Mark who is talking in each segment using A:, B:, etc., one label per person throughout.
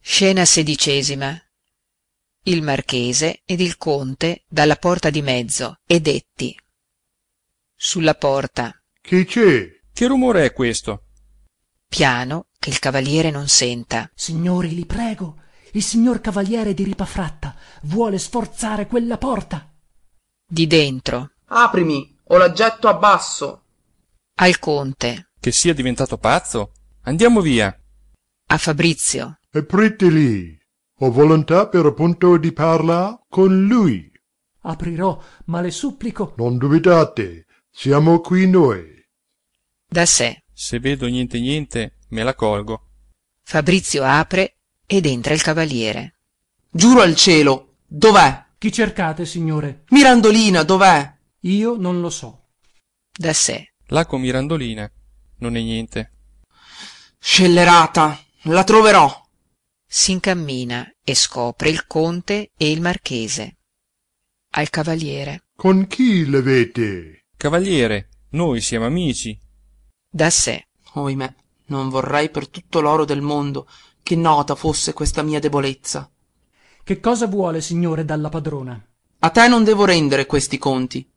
A: scena xvi il marchese ed il conte dalla porta di mezzo e detti sulla porta
B: chi c'è
C: che rumore è questo
A: piano che il cavaliere non senta
D: signori li prego il signor cavaliere di ripafratta vuole sforzare quella porta
A: di dentro
E: aprimi o la getto abbasso
A: al conte
C: che sia diventato pazzo andiamo via
A: a fabrizio
B: aprite lì ho volontà per appunto di parlar con lui
D: aprirò ma le supplico
B: non dubitate siamo qui noi
A: da sé
C: se vedo niente niente me la colgo
A: fabrizio apre ed entra il cavaliere
E: giuro al cielo dov'è
D: chi cercate signore
E: mirandolina dov'è
D: io non lo so
A: da sé
C: là con mirandolina non è niente
E: scellerata la troverò
A: s'incammina e scopre il conte e il marchese al cavaliere
B: con chi l'avete
C: cavaliere noi siamo amici
A: da sé
E: oimè non vorrei per tutto l'oro del mondo che nota fosse questa mia debolezza
D: che cosa vuole signore dalla padrona
E: a te non devo rendere questi conti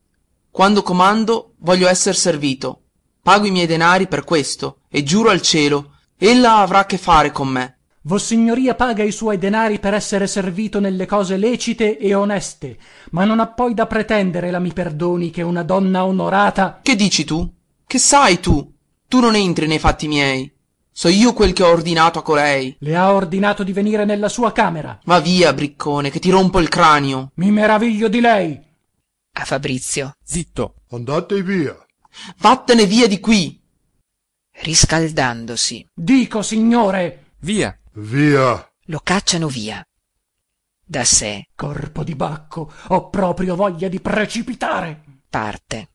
E: quando comando voglio esser servito pago i miei denari per questo e giuro al cielo ella avrà che fare con me
D: vossignoria paga i suoi denari per essere servito nelle cose lecite e oneste ma non ha poi da pretendere la mi perdoni che una donna onorata
E: che dici tu che sai tu tu non entri nei fatti miei so io quel che ho ordinato a colei
D: le ha ordinato di venire nella sua camera
E: va via briccone che ti rompo il cranio
D: mi meraviglio di lei
A: a fabrizio
C: zitto
B: andate via
E: vattene via di qui
A: riscaldandosi
D: dico signore
C: via
B: via
A: lo cacciano via da sé
D: corpo di bacco ho proprio voglia di precipitare
A: parte